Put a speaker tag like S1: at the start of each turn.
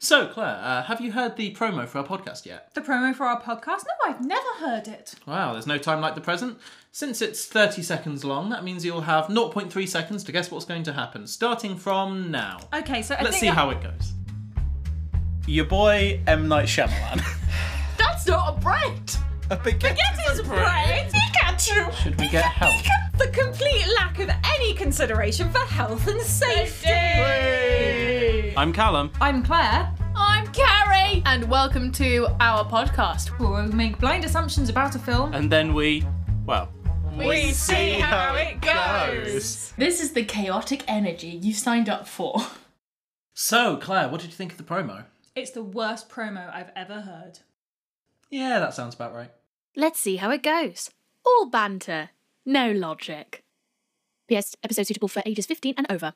S1: So, Claire, uh, have you heard the promo for our podcast yet?
S2: The promo for our podcast? No, I've never heard it.
S1: Wow, there's no time like the present. Since it's 30 seconds long, that means you'll have 0.3 seconds to guess what's going to happen, starting from now.
S2: Okay, so I
S1: Let's
S2: think
S1: see
S2: I-
S1: how it goes.
S3: Your boy M Night Shyamalan.
S2: That's not a bread.
S3: A big
S2: Get his bread. Pikachu.
S3: Should we get help?
S2: The complete lack of any consideration for health and safety.
S3: I'm Callum.
S2: I'm Claire.
S4: I'm Carrie, and welcome to our podcast.
S2: We'll make blind assumptions about a film.
S3: And then we, well,
S2: We see how it goes.
S4: This is the chaotic energy you signed up for.
S1: So, Claire, what did you think of the promo?
S2: It's the worst promo I've ever heard.
S1: Yeah, that sounds about right.
S5: Let's see how it goes. All banter, no logic. P.S. Episode suitable for ages 15 and over.